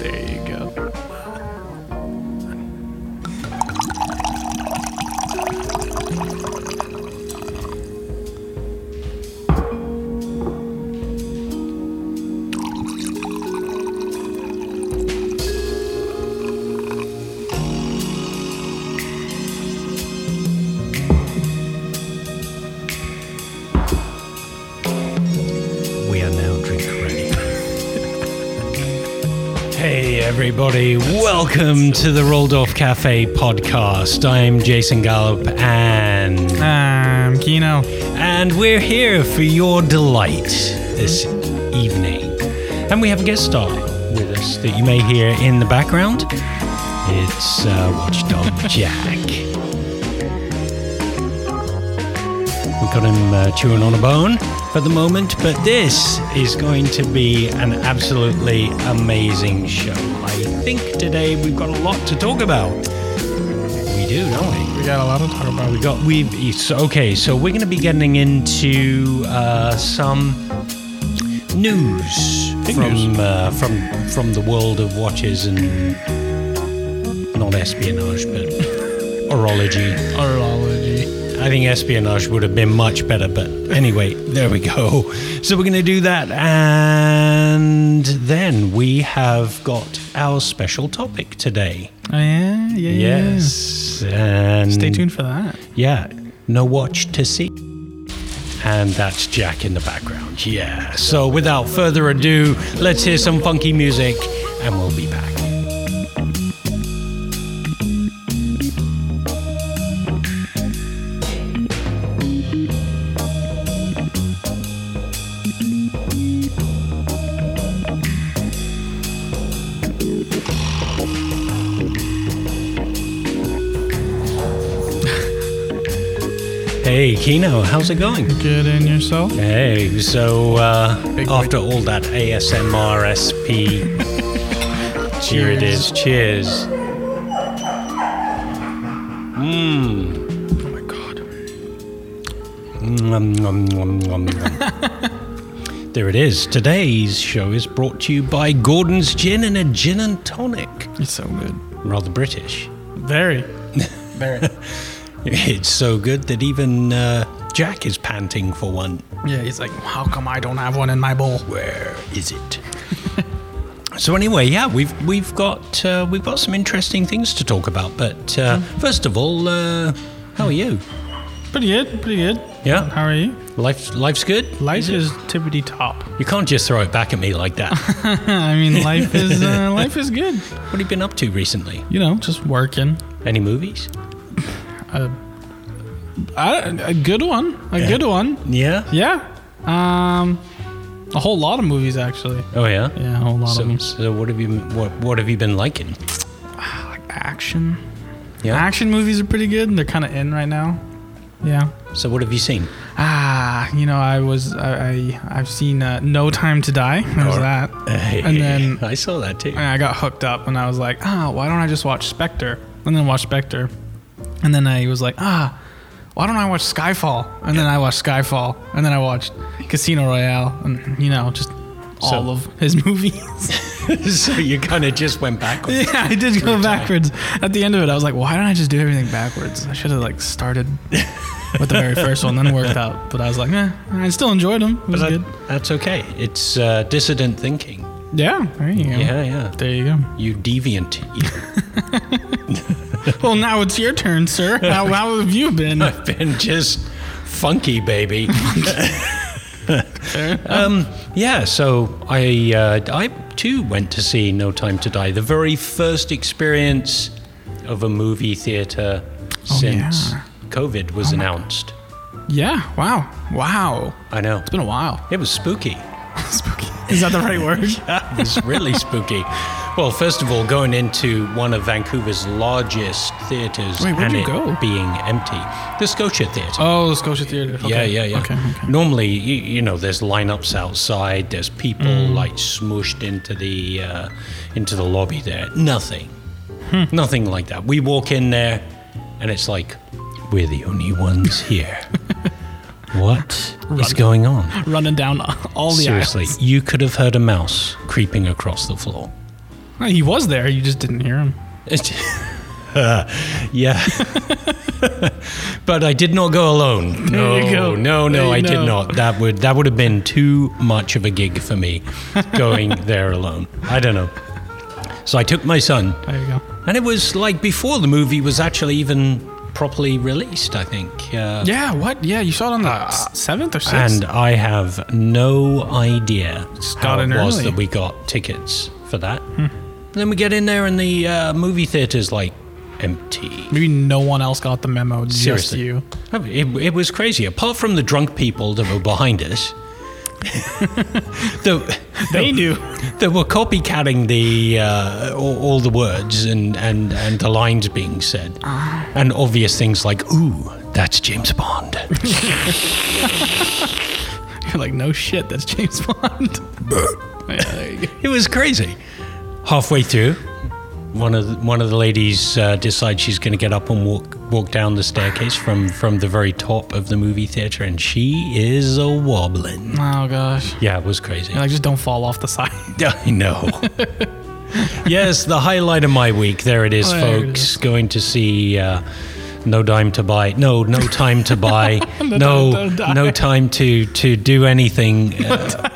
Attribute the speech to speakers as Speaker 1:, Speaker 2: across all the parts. Speaker 1: There you go.
Speaker 2: We are now drink ready.
Speaker 3: Hey, everybody, welcome to the Roldorf Cafe podcast. I'm Jason Gallup, and,
Speaker 4: Um, Kino.
Speaker 3: and we're here for your delight this evening. And we have a guest star with us that you may hear in the background. It's uh, Watchdog Jack. We got him uh, chewing on a bone at the moment, but this is going to be an absolutely amazing show. I think today we've got a lot to talk about. We do, don't we?
Speaker 4: We got a lot to talk about.
Speaker 3: We got we've so- okay. So we're going to be getting into uh, some news from Uh, from from the world of watches and not espionage, but orology.
Speaker 4: Urology.
Speaker 3: I think espionage would have been much better, but anyway, there we go. So we're going to do that, and then we have got our special topic today.
Speaker 4: Oh, yeah, yeah, yeah,
Speaker 3: Yes, and
Speaker 4: yeah. Stay tuned for that.
Speaker 3: yeah, no watch to see. And that's Jack in the background. Yeah. So without further ado, let's hear some funky music and we'll be back. Hey, Kino, how's it going?
Speaker 4: Good in yourself.
Speaker 3: Hey, so uh,
Speaker 4: Big boy.
Speaker 3: after all that ASMR SP, here it is. Cheers. Mmm. Oh my god. Nom, nom, nom, nom, nom. there it is. Today's show is brought to you by Gordon's Gin and a Gin and Tonic.
Speaker 4: It's so good.
Speaker 3: Rather British.
Speaker 4: Very. Very.
Speaker 3: It's so good that even uh, Jack is panting for one.
Speaker 4: yeah, he's like, how come I don't have one in my bowl?
Speaker 3: where is it? so anyway, yeah, we've we've got uh, we've got some interesting things to talk about. But uh, first of all, uh, how are you?
Speaker 4: Pretty good, pretty good.
Speaker 3: Yeah.
Speaker 4: How are you?
Speaker 3: Life life's good.
Speaker 4: Life is tippity top.
Speaker 3: You can't just throw it back at me like that.
Speaker 4: I mean, life is uh, life is good.
Speaker 3: what have you been up to recently?
Speaker 4: You know, just working.
Speaker 3: Any movies?
Speaker 4: I, a good one. A good one.
Speaker 3: Yeah.
Speaker 4: Yeah. Um, a whole lot of movies actually.
Speaker 3: Oh yeah.
Speaker 4: Yeah, a whole lot of
Speaker 3: So,
Speaker 4: them.
Speaker 3: so what have you what what have you been liking?
Speaker 4: Like action.
Speaker 3: Yeah.
Speaker 4: Action movies are pretty good. and They're kind of in right now. Yeah.
Speaker 3: So what have you seen?
Speaker 4: Ah, you know, I was I, I I've seen uh, No Time to Die. There was
Speaker 3: Or-
Speaker 4: that, and then
Speaker 3: I saw that too.
Speaker 4: I got hooked up, and I was like, ah, why don't I just watch Spectre? And then watch Spectre, and then I was like, ah, why don't I watch Skyfall? And then I watched Skyfall, and then I watched Casino Royale, and you know, just all
Speaker 3: So-
Speaker 4: of his movies.
Speaker 3: so you kind of just went backwards.
Speaker 4: yeah, I did go backwards at the end of it. I was like, why don't I just do everything backwards? I should have like started. With the very first one, then worked out. But I was like, eh, I still enjoyed them. It was
Speaker 3: But
Speaker 4: good.
Speaker 3: that- that's okay. It's uh, dissident thinking.
Speaker 4: Yeah, there you go.
Speaker 3: Yeah, yeah.
Speaker 4: There you go.
Speaker 3: You deviant. You-
Speaker 4: Well, now it's your turn, sir. How, how have you been?
Speaker 3: I've been just funky, baby. um, yeah, so I, uh, I too went to see No Time to Die, the very first experience of a movie theater since
Speaker 4: Oh, yeah. Oh,
Speaker 3: COVID was announced.
Speaker 4: yeah. Wow. Wow.
Speaker 3: I know.
Speaker 4: It's been a while.
Speaker 3: It was spooky.
Speaker 4: Spooky. Is that the right word?
Speaker 3: It was really spooky. Well, first of all, going into one of Vancouver's largest theaters
Speaker 4: Wait,
Speaker 3: and
Speaker 4: where'd you
Speaker 3: it
Speaker 4: go?
Speaker 3: being empty, the Scotia Theatre.
Speaker 4: Oh, the Scotia Theatre. Okay.
Speaker 3: Yeah, yeah, yeah.
Speaker 4: Okay. okay.
Speaker 3: Normally, you, you know, there's lineups outside. There's people
Speaker 4: Mm.
Speaker 3: like smooshed into the uh, into the lobby there. Nothing,
Speaker 4: Hmm.
Speaker 3: nothing like that. We walk in there, and it's like we're the only ones here. What is going on?
Speaker 4: Running down all the
Speaker 3: Seriously,
Speaker 4: aisles.
Speaker 3: you could have heard a mouse creeping across the floor.
Speaker 4: No, He was there. You just didn't hear him.
Speaker 3: It- Uh, yeah. but I did not go alone. No,
Speaker 4: There you go.
Speaker 3: no,
Speaker 4: There
Speaker 3: no,
Speaker 4: you
Speaker 3: I did
Speaker 4: know.
Speaker 3: not. That would that would have been too much of a gig for me going there alone. I don't know. So I took my son,
Speaker 4: There you go.
Speaker 3: and it was like before the movie was actually even properly released, I think. Uh,
Speaker 4: Yeah. What? Yeah. You saw it on the seventh or sixth.
Speaker 3: And I have no idea
Speaker 4: got
Speaker 3: how it
Speaker 4: in
Speaker 3: was
Speaker 4: early. Hmm.
Speaker 3: that we got tickets for that. Then we get in there, and the uh, movie theater's like empty.
Speaker 4: Maybe no one else got the memo.
Speaker 3: Seriously.
Speaker 4: Just you.
Speaker 3: I mean, Oh, It, it was crazy. Apart from the drunk people that were behind us, the,
Speaker 4: They knew.
Speaker 3: that were copycatting the uh, all, all the words and, and, and the lines being said, and obvious things like "Ooh, that's James Bond."
Speaker 4: You're like, no shit. That's James Bond. yeah. There you go.
Speaker 3: it was crazy. Halfway through, one of the, one of the ladies uh, decides she's going to get up and walk walk down the staircase from from the very top of the movie theater, and she is a wobbling.
Speaker 4: Oh gosh.
Speaker 3: Yeah, it was crazy.
Speaker 4: You're like, just don't fall off the side.
Speaker 3: I know. yes, the highlight of my week. There it is,
Speaker 4: Oh, there it
Speaker 3: folks. Going to see uh, No Dime to Buy. No, No Time to Buy. no, no,
Speaker 4: Time to Die.
Speaker 3: Time to, to do anything. uh,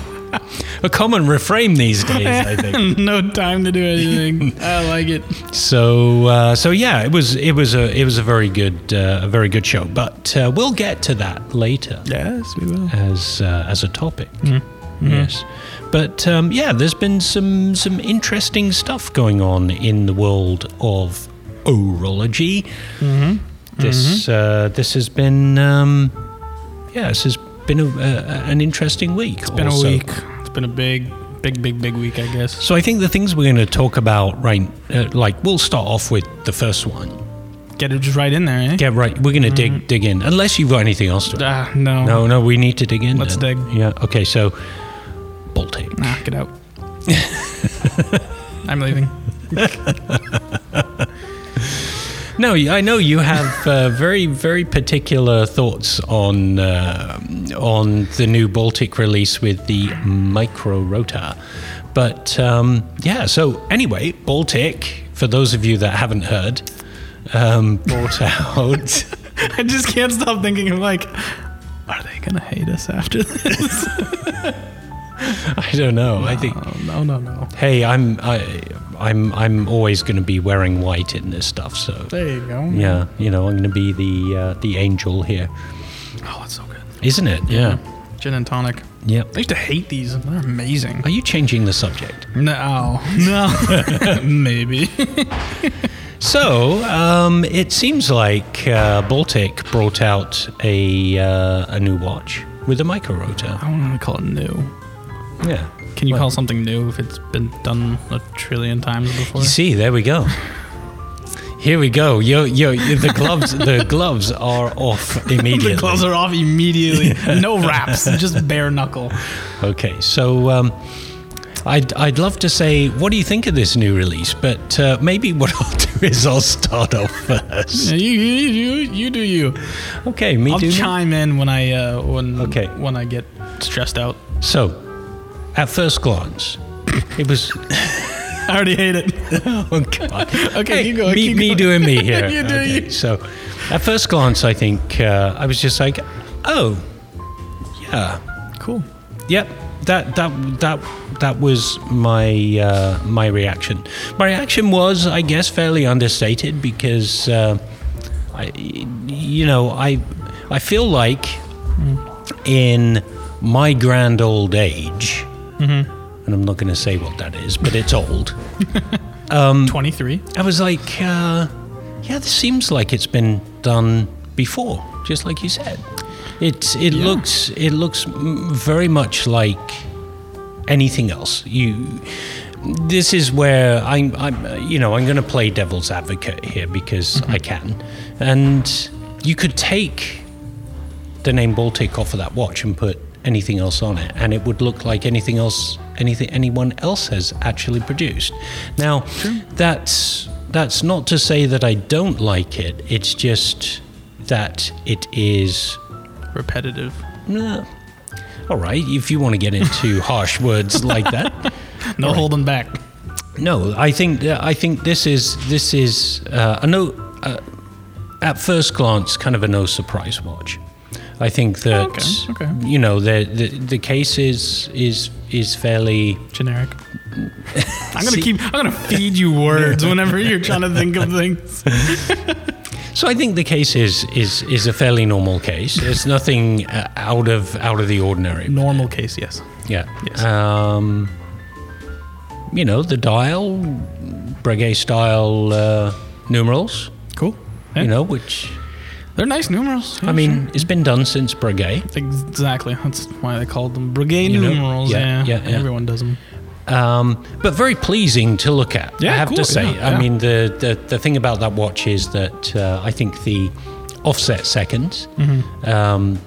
Speaker 3: a common refrain these days, I think.
Speaker 4: no time to do anything. I like it.
Speaker 3: So, uh, so yeah, it was it was a it was a very good uh, a very good show. But uh, we'll get to that later
Speaker 4: Yes, we will.
Speaker 3: as uh, as a topic.
Speaker 4: Mm. Mm-hmm.
Speaker 3: Yes, but um, yeah, there's been some some interesting stuff going on in the world of orology.
Speaker 4: Mm-hmm.
Speaker 3: This uh, this has been um, yeah, this has been a, a, an interesting week. It's
Speaker 4: Been a week. It's been a big, big, big, big week, I guess.
Speaker 3: So I think the things we're going to talk about, right? Uh, like we'll start off with the first one.
Speaker 4: Get it just right in there, eh? Mm-hmm.
Speaker 3: Yeah, right. We're going to dig dig in, unless you've got anything else to. add.
Speaker 4: Ah, no.
Speaker 3: No, no, we need to dig in.
Speaker 4: Let's
Speaker 3: then.
Speaker 4: dig.
Speaker 3: Yeah. Okay. So, Baltic.
Speaker 4: Nah, get out. I'm leaving.
Speaker 3: No, y- I know you have uh, very, very particular thoughts on uh, on the new Baltic release with the micro rotor, but um, yeah. So anyway, Baltic. For those of you that haven't heard, um, brought out.
Speaker 4: I just can't stop thinking of like, are they gonna hate us after this?
Speaker 3: I don't know. I think.
Speaker 4: oh, no, no, no.
Speaker 3: Hey, I'm I, I'm I'm always going to be wearing white in this stuff. So
Speaker 4: There you go.
Speaker 3: yeah, you know, I'm going to be the uh, the angel here,
Speaker 4: Oh, it's so good.
Speaker 3: isn't it? Yeah.
Speaker 4: Gin and tonic.
Speaker 3: Yeah.
Speaker 4: I used to hate these. They're amazing.
Speaker 3: Are you changing the subject?
Speaker 4: No, no, maybe.
Speaker 3: So um, it seems like uh, Baltic brought out a uh, a new watch with a micro rotor.
Speaker 4: I want to call it new.
Speaker 3: Yeah.
Speaker 4: Can you
Speaker 3: Well-
Speaker 4: call something new if it's been done a trillion times before?
Speaker 3: You see, there we go. Here we go. Yo, yo, the gloves. the gloves are off immediately.
Speaker 4: the gloves are off immediately. no wraps, just bare knuckle.
Speaker 3: Okay, so um, I'd, I'd love to say, what do you think of this new release? But uh, maybe what I'll do is I'll start off first.
Speaker 4: You, you, you, you do you.
Speaker 3: Okay, me
Speaker 4: I'll
Speaker 3: do me.
Speaker 4: chime in when I uh, when
Speaker 3: Okay.
Speaker 4: when I get stressed out.
Speaker 3: So, at first glance, it was.
Speaker 4: I already hate it.
Speaker 3: Oh, God.
Speaker 4: Okay, keep going,
Speaker 3: Me,
Speaker 4: keep
Speaker 3: me
Speaker 4: going.
Speaker 3: doing me here.
Speaker 4: You do
Speaker 3: okay,
Speaker 4: you.
Speaker 3: So, at first glance, I think uh, I was just like, oh, yeah,
Speaker 4: Cool.
Speaker 3: Yep. That that that that was my uh, my reaction. My reaction was, I guess, fairly understated because uh, I, you know, I I feel like
Speaker 4: Mm-hmm.
Speaker 3: in my grand old age,
Speaker 4: Mm-hmm.
Speaker 3: and I'm not going to say what that is, but it's old.
Speaker 4: Twenty three.
Speaker 3: I was like, uh, yeah, this seems like it's been done before, just like you said. It's it looks it looks m- very much like anything else. You this is where I'm, I'm uh, you know, I'm going to play devil's advocate here because I can. And you could take the name Baltic off of that watch and put anything else on it, and it would look like anything else, anything anyone else has actually produced. Now, that's that's not to say that I don't like it. It's just that it is
Speaker 4: Repetitive.
Speaker 3: Nah. All right, if you want to get into harsh words like that.
Speaker 4: No holding back.
Speaker 3: No, I think I think this is this is uh, a no. Uh, at first glance, kind of a no surprise watch. I think that
Speaker 4: Oh, Okay, okay.
Speaker 3: you know the, the the case is is is fairly
Speaker 4: Generic. I'm gonna
Speaker 3: See-
Speaker 4: keep. I'm gonna feed you words whenever you're trying to think of things.
Speaker 3: So I think the case is is is a fairly normal case. There's nothing uh, out of out of the ordinary.
Speaker 4: Normal case, yes.
Speaker 3: Yeah.
Speaker 4: Yes.
Speaker 3: Um, you know the dial, Breguet style uh, numerals.
Speaker 4: Cool. Yeah.
Speaker 3: You know, which
Speaker 4: They're nice numerals. Yeah,
Speaker 3: I mean, it's been done since Breguet.
Speaker 4: sure. exactly. That's why they called them brigade
Speaker 3: You know,
Speaker 4: numerals.
Speaker 3: yeah,
Speaker 4: Yeah,
Speaker 3: yeah, yeah.
Speaker 4: Everyone does them.
Speaker 3: um, but very pleasing to look at.
Speaker 4: Yeah,
Speaker 3: I have to
Speaker 4: cool,
Speaker 3: say.
Speaker 4: yeah,
Speaker 3: I
Speaker 4: yeah.
Speaker 3: mean, the, the the thing about that watch is that uh, I think the offset seconds um,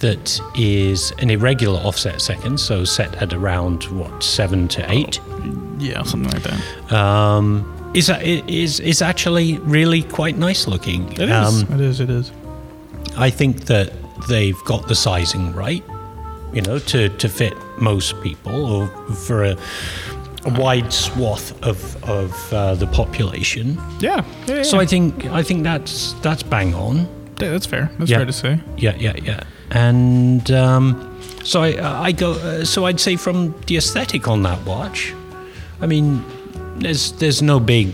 Speaker 3: that is an irregular offset second, so set at around what seven to eight,
Speaker 4: Mm-hmm. Yeah, something like that.
Speaker 3: um, is a- is is actually really quite nice looking. Um,
Speaker 4: It is. it is. It is.
Speaker 3: I think that they've got the sizing right, you know, to, to fit most people or for a, a wide swath of, of uh, the population.
Speaker 4: Yeah. yeah, yeah,
Speaker 3: So
Speaker 4: yeah.
Speaker 3: I think I think that's that's bang on.
Speaker 4: Yeah, that's fair. That's
Speaker 3: Yeah.
Speaker 4: fair to say.
Speaker 3: Yeah, yeah, yeah. And um, so I, I go. Uh, so I'd say from the aesthetic on that watch, I mean, there's there's no big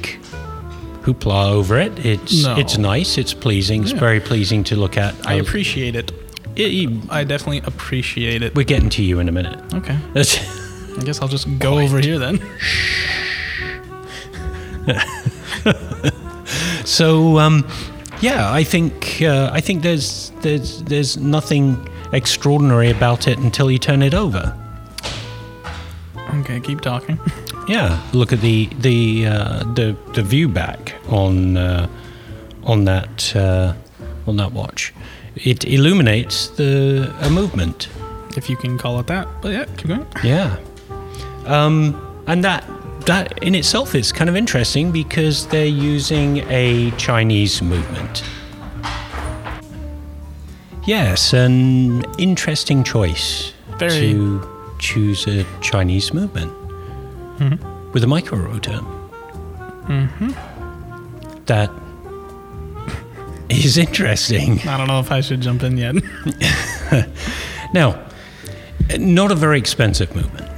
Speaker 3: hoopla over it. It's
Speaker 4: No.
Speaker 3: it's nice. It's pleasing. It's
Speaker 4: Yeah.
Speaker 3: very pleasing to look at.
Speaker 4: I appreciate it.
Speaker 3: it,
Speaker 4: I definitely appreciate it.
Speaker 3: We're getting to you in a minute.
Speaker 4: Okay.
Speaker 3: That's-
Speaker 4: I guess I'll just go over here then.
Speaker 3: so, um, yeah, I think uh, I think there's there's there's nothing extraordinary about it until you turn it over.
Speaker 4: Okay, keep talking.
Speaker 3: Yeah, look at the the uh, the the view back on uh, on that uh, on that watch. It illuminates the a movement.
Speaker 4: If you can call it that. But yeah, keep going.
Speaker 3: Yeah. Um, and that that in itself is kind of interesting because they're using a Chinese movement. Yes, an interesting choice
Speaker 4: Very.
Speaker 3: to choose a Chinese movement with a micro rotor. Mm-hmm. That is interesting.
Speaker 4: I don't know if I should jump in yet.
Speaker 3: Now, not a very expensive movement.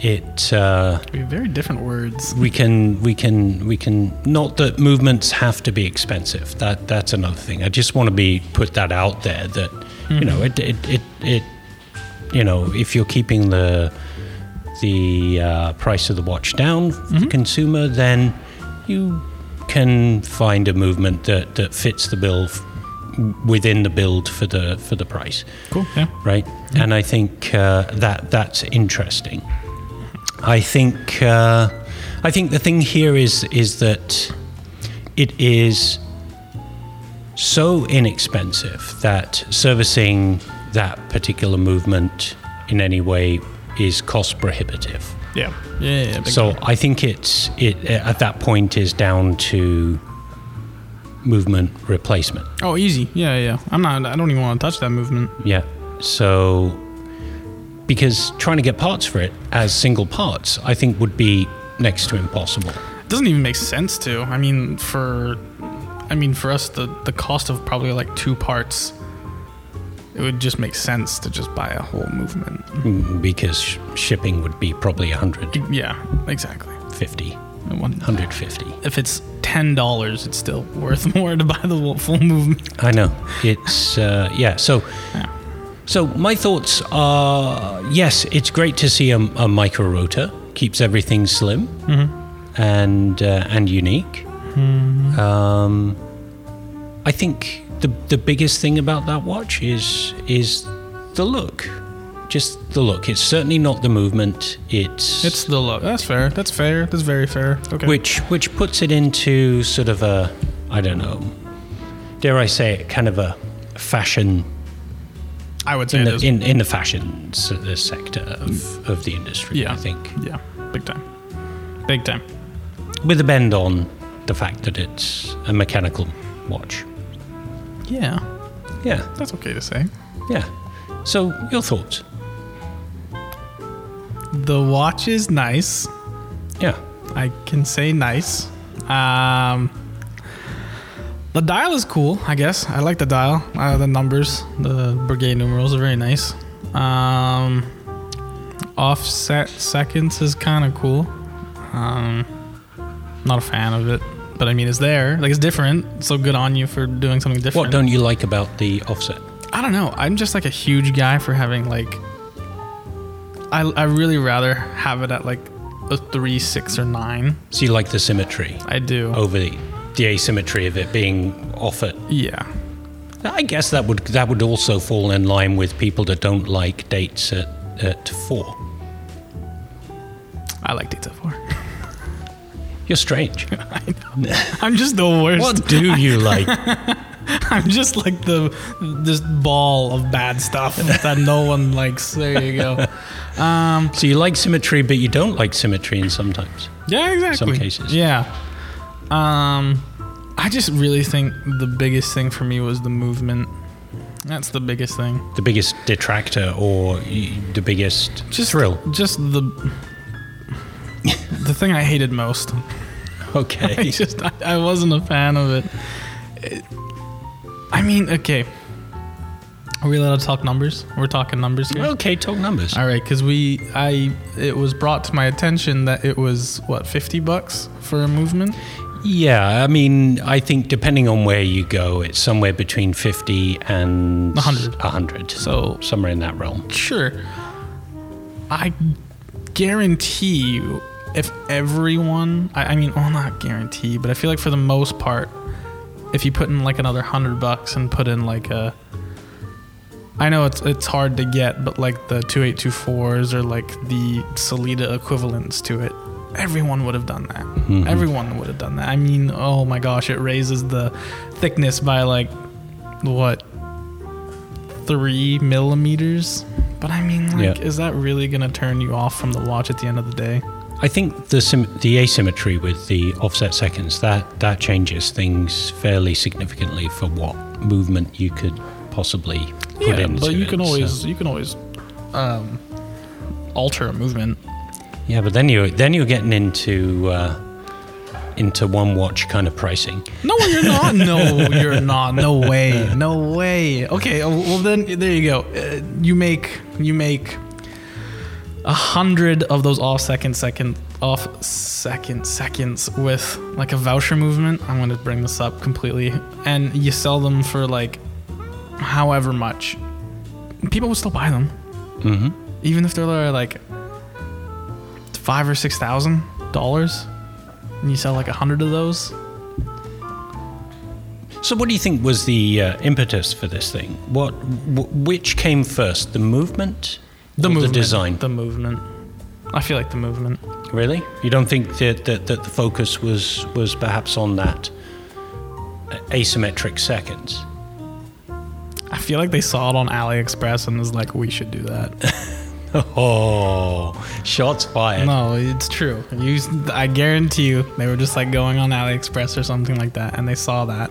Speaker 3: It uh,
Speaker 4: we have very different words.
Speaker 3: we can we can we can not that movements have to be expensive. That that's another thing. I just want to be put that out there that you know it it, it it you know if you're keeping the the uh, price of the watch down for the consumer, then you can find a movement that that fits the bill f- within the build for the for the price
Speaker 4: Cool. Yeah.
Speaker 3: right? And I think uh, that that's interesting. I think uh, I think the thing here is is that it is so inexpensive that servicing that particular movement in any way is cost prohibitive.
Speaker 4: Yeah. Yeah. yeah, big
Speaker 3: So I think it's it at that point is down to movement replacement.
Speaker 4: Oh, easy. Yeah, yeah. I'm not. I don't even want to touch that movement.
Speaker 3: Yeah. So, because trying to get parts for it as single parts, I think would be next to impossible.
Speaker 4: It doesn't even make sense to. I mean, for, I mean, for us, the the cost of probably like two parts. It would just make sense to just buy a whole movement.
Speaker 3: Mm, Because sh- shipping would be probably 150,
Speaker 4: Yeah. Exactly.
Speaker 3: 150.
Speaker 4: If it's ten dollars, it's still worth more to buy the full movement.
Speaker 3: I know. It's, uh, yeah. So, so my thoughts are yes, it's great to see a, a micro rotor, keeps everything slim and, uh, and unique. Um, I think the the biggest thing about that watch is is the look. Just the look. It's certainly not the movement. It's,
Speaker 4: It's the look. That's fair. That's fair. That's very fair. Okay.
Speaker 3: which which puts it into sort of a I don't know. Dare I say it? Kind of a fashion
Speaker 4: I would say
Speaker 3: in
Speaker 4: it
Speaker 3: the,
Speaker 4: is.
Speaker 3: in, in the fashion s- the sector of, of the industry.
Speaker 4: Yeah.
Speaker 3: I think
Speaker 4: yeah. Big time. Big time.
Speaker 3: with a bend on the fact that it's a mechanical watch.
Speaker 4: Yeah.
Speaker 3: Yeah,
Speaker 4: That's okay to say.
Speaker 3: yeah. So your thoughts?
Speaker 4: The watch is nice.
Speaker 3: Yeah.
Speaker 4: I can say nice. Um, the dial is cool, I guess. I like the dial. Uh, the numbers, the brigade numerals are very nice. Um, offset seconds is kind of cool. Um, not a fan of it, but I mean, it's there. Like, it's different. So good on you for doing something different.
Speaker 3: What don't you like about the offset?
Speaker 4: I don't know. I'm just like a huge guy for having like. I, I really rather have it at like a three, six, or nine.
Speaker 3: So you like the symmetry
Speaker 4: I do.
Speaker 3: over the, the asymmetry of it being offered.
Speaker 4: Yeah.
Speaker 3: I guess that would that would also fall in line with people that don't like dates at, at four.
Speaker 4: I like Data 4.
Speaker 3: You're strange.
Speaker 4: I'm just the worst.
Speaker 3: What do you like?
Speaker 4: I'm just like the this ball of bad stuff that no one likes. There you go.
Speaker 3: So you like symmetry, but you don't like symmetry in sometimes.
Speaker 4: Yeah, exactly.
Speaker 3: cases.
Speaker 4: Yeah. Um I just really think the biggest thing for me was the movement. That's the biggest thing.
Speaker 3: The biggest detractor or y- the biggest
Speaker 4: Just
Speaker 3: thrill.
Speaker 4: Just the the thing I hated most. I
Speaker 3: Okay.
Speaker 4: just I, I wasn't a fan of it. It- I mean, okay. Are we allowed to talk numbers? We're talking numbers here.
Speaker 3: okay, talk numbers.
Speaker 4: All right, because we, I, it was brought to my attention that it was what fifty bucks for a movement.
Speaker 3: Yeah, I mean, I think depending on where you go, it's somewhere between 50 and
Speaker 4: 100.
Speaker 3: 100.
Speaker 4: So-
Speaker 3: somewhere in that realm.
Speaker 4: Sure, I guarantee you, if everyone, I, I mean, well, not guarantee, but I feel like for the most part, if you put in like another hundred bucks and put in like a, I know it's it's hard to get, but like the two eight two fours or like the Salida equivalents to it, everyone would have done that.
Speaker 3: Mm-hmm.
Speaker 4: Everyone would have done that. I mean, oh my gosh, it raises the thickness by like what three millimeters. But I mean, like,
Speaker 3: Yeah.
Speaker 4: is that really gonna turn you off from the watch at the end of the day?
Speaker 3: I think the sym- the asymmetry with the offset seconds that that changes things fairly significantly for what movement you could possibly put
Speaker 4: yeah,
Speaker 3: into
Speaker 4: but you
Speaker 3: it,
Speaker 4: can
Speaker 3: so-
Speaker 4: always you can always um, alter a movement.
Speaker 3: Yeah, but then you then you're getting into uh, into one watch kind of pricing.
Speaker 4: No, you're not. No, you're not. No way. No way. Okay. oh, Well, then there you go. Uh, you make you make a hundred of those off second second off second seconds with like a voucher movement. I'm gonna bring this up completely, and you sell them for like however much. People would still buy them,
Speaker 3: Mm-hmm.
Speaker 4: even if they're like five or six thousand dollars, and you sell like a hundred of those.
Speaker 3: So, what do you think was the uh, impetus for this thing? What w- which came first, the movement, or the design?
Speaker 4: The movement. I feel like the movement.
Speaker 3: Really, you don't think that, that that the focus was was perhaps on that uh, asymmetric seconds?
Speaker 4: I feel like they saw it on AliExpress and was like, we should do that.
Speaker 3: Oh, shots fired.
Speaker 4: no, it's true. You, I guarantee you, they were just like going on AliExpress or something like that, and they saw that,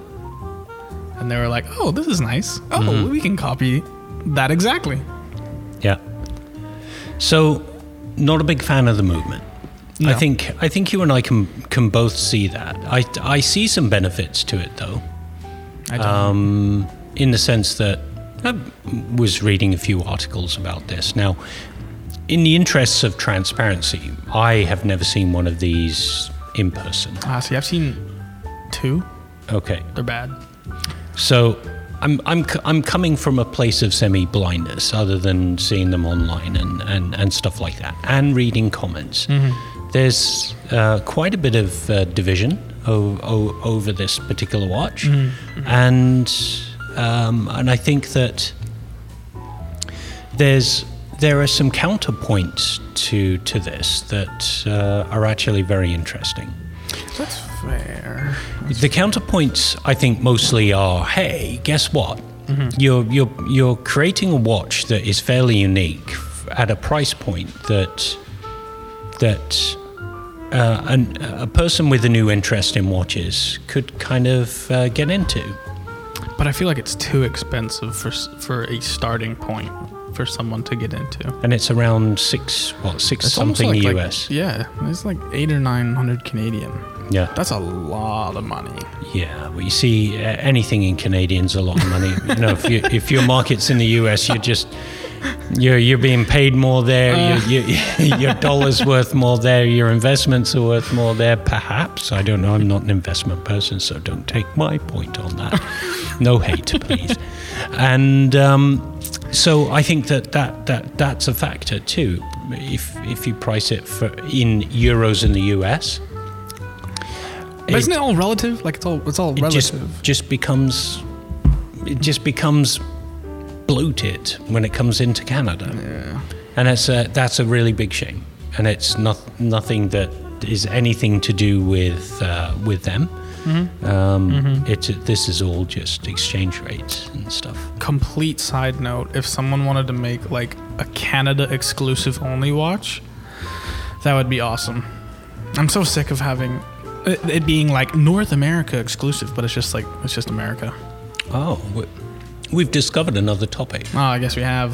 Speaker 4: and they were like, oh, this is nice. Oh,
Speaker 3: Mm-hmm.
Speaker 4: we can copy that exactly.
Speaker 3: Yeah. So, not a big fan of the movement. I
Speaker 4: No.
Speaker 3: think I think you and I can can both see that. I I see some benefits to it though,
Speaker 4: I don't.
Speaker 3: um, in the sense that I was reading a few articles about this. Now, in the interests of transparency, I have never seen one of these in person.
Speaker 4: Ah, see, I've seen two.
Speaker 3: Okay,
Speaker 4: They're bad.
Speaker 3: So I'm, I'm, c- I'm coming from a place of semi blindness, other than seeing them online and, and, and stuff like that, and reading comments. There's uh, quite a bit of uh, division o- o- over this particular watch. And, um, and I think that there's there are some counterpoints to to this that uh, are actually very interesting.
Speaker 4: That's fair.
Speaker 3: The counterpoints, I think, mostly are: hey, guess what?
Speaker 4: Mm-hmm.
Speaker 3: You're you're you're creating a watch that is fairly unique f- at a price point that that uh, an, a person with a new interest in watches could kind of uh, get into.
Speaker 4: But I feel like it's too expensive for s- for a starting point for someone to get into.
Speaker 3: And it's around six, what, six
Speaker 4: It's almost
Speaker 3: something
Speaker 4: like, like-
Speaker 3: US.
Speaker 4: yeah, it's like eight or nine hundred Canadian.
Speaker 3: yeah.
Speaker 4: That's a lot of money.
Speaker 3: Yeah, well, you see, uh, anything in Canadian's a lot of money. you know, if, you, if your market's in the US, you're just you're you're being paid more there. your, your, your dollars worth more there. Your investments are worth more there. Perhaps I don't know. I'm not an investment person, so don't take my point on that. no hate, please. And um, so I think that, that that that's a factor too. If if you price it for in euros in the US,
Speaker 4: But isn't it all relative? Like it's all it's all
Speaker 3: it just
Speaker 4: relative.
Speaker 3: just becomes it just becomes bloated when it comes into Canada, and that's a that's a really big shame, and it's not nothing that is anything to do with uh, with them.
Speaker 4: Mm-hmm.
Speaker 3: Um, It's this is all just exchange rates and stuff.
Speaker 4: Complete side note: If someone wanted to make like a Canada exclusive only watch, that would be awesome. I'm so sick of having it, it being like North America exclusive, but it's just like it's just America.
Speaker 3: Oh, we- we've discovered another topic.
Speaker 4: Oh, I guess we have.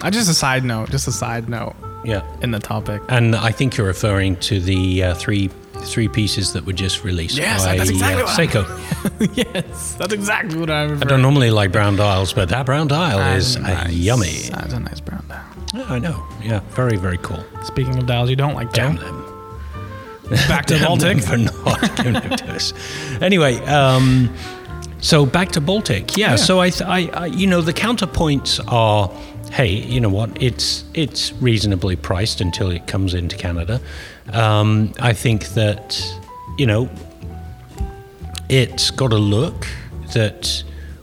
Speaker 4: I just a side note, just a side note
Speaker 3: Yeah.
Speaker 4: in the topic.
Speaker 3: And I think you're referring to the uh, three three pieces that were just released
Speaker 4: Yes,
Speaker 3: by
Speaker 4: that's exactly
Speaker 3: uh,
Speaker 4: what I-
Speaker 3: Seiko.
Speaker 4: yes, that's exactly what I'm.
Speaker 3: I don't normally like brown dials, but that brown dial is uh, yummy.
Speaker 4: That's a nice brown dial.
Speaker 3: Yeah, I know. Yeah, very, very cool.
Speaker 4: Speaking of dials, you don't like
Speaker 3: Damn
Speaker 4: them.
Speaker 3: them.
Speaker 4: Back to
Speaker 3: Damn
Speaker 4: Baltic.
Speaker 3: them for not giving it to us. Anyway, um, so back to Baltic. Yeah. So I, th- I, I, you know, the counterpoints are, hey, you know what? It's it's reasonably priced until it comes into Canada. Um, I think that, you know, it's got a look that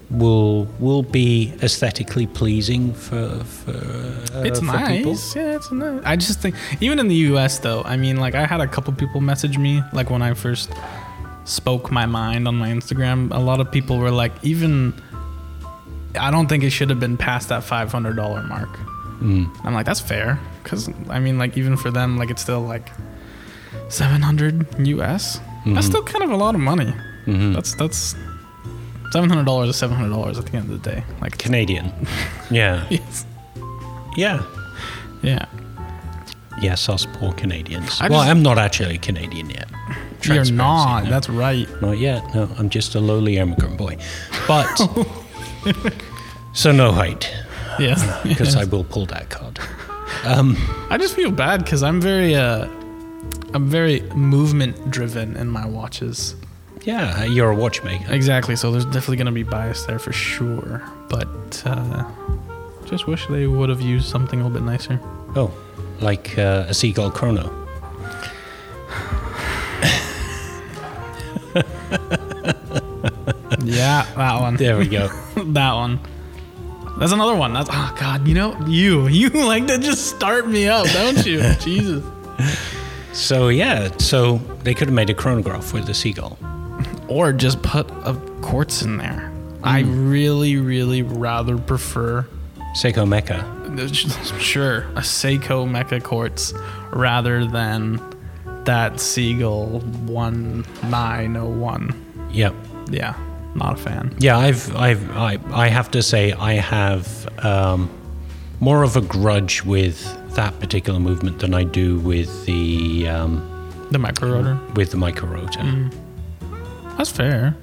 Speaker 3: will will be aesthetically pleasing for for uh,
Speaker 4: It's
Speaker 3: for people.
Speaker 4: nice. Yeah, it's nice. I just think even in the U.S. though, I mean, like I had a couple people message me like when I first spoke my mind on my Instagram. A lot of people were like, even I don't think it should have been past that five hundred dollar mark. I'm like, that's fair, because I mean, like even for them, like it's still like seven hundred U.S. That's still kind of a lot of money.
Speaker 3: Hmm. Mm-hmm.
Speaker 4: That's that's. Seven hundred dollars is seven hundred dollars at the end of the day. Like,
Speaker 3: Canadian. Yeah.
Speaker 4: it's-
Speaker 3: Yeah.
Speaker 4: yeah,
Speaker 3: Yes, us poor Canadians.
Speaker 4: I
Speaker 3: well,
Speaker 4: just-
Speaker 3: I'm not actually Canadian yet.
Speaker 4: you're
Speaker 3: Transparency,
Speaker 4: not.
Speaker 3: no.
Speaker 4: That's right.
Speaker 3: Not yet. No, I'm just a lowly immigrant boy. But so no hate,
Speaker 4: Yes.
Speaker 3: because I will pull that card. Um,
Speaker 4: I just feel bad because I'm very, uh, I'm very movement driven in my watches.
Speaker 3: Yeah, you're a watchmaker.
Speaker 4: Exactly. So there's definitely gonna be bias there for sure. But uh, just wish they would have used something a little bit nicer.
Speaker 3: Oh, like uh, a seagull chrono.
Speaker 4: yeah, that one.
Speaker 3: There we go.
Speaker 4: that one. That's another one. That's oh god. You know you you like to just start me up, don't you? Jesus.
Speaker 3: so yeah, so they could have made a chronograph with a seagull.
Speaker 4: or just put a quartz in there. I really, really rather prefer
Speaker 3: Seiko Mecca.
Speaker 4: sure a Seiko Mecha quartz rather than that Seagull one nine oh one.
Speaker 3: Yep.
Speaker 4: Yeah, not a fan.
Speaker 3: Yeah, I've, I've, I, I have to say, I have um, more of a grudge with that particular movement than I do with the um,
Speaker 4: The micro rotor.
Speaker 3: with the micro rotor.
Speaker 4: That's fair.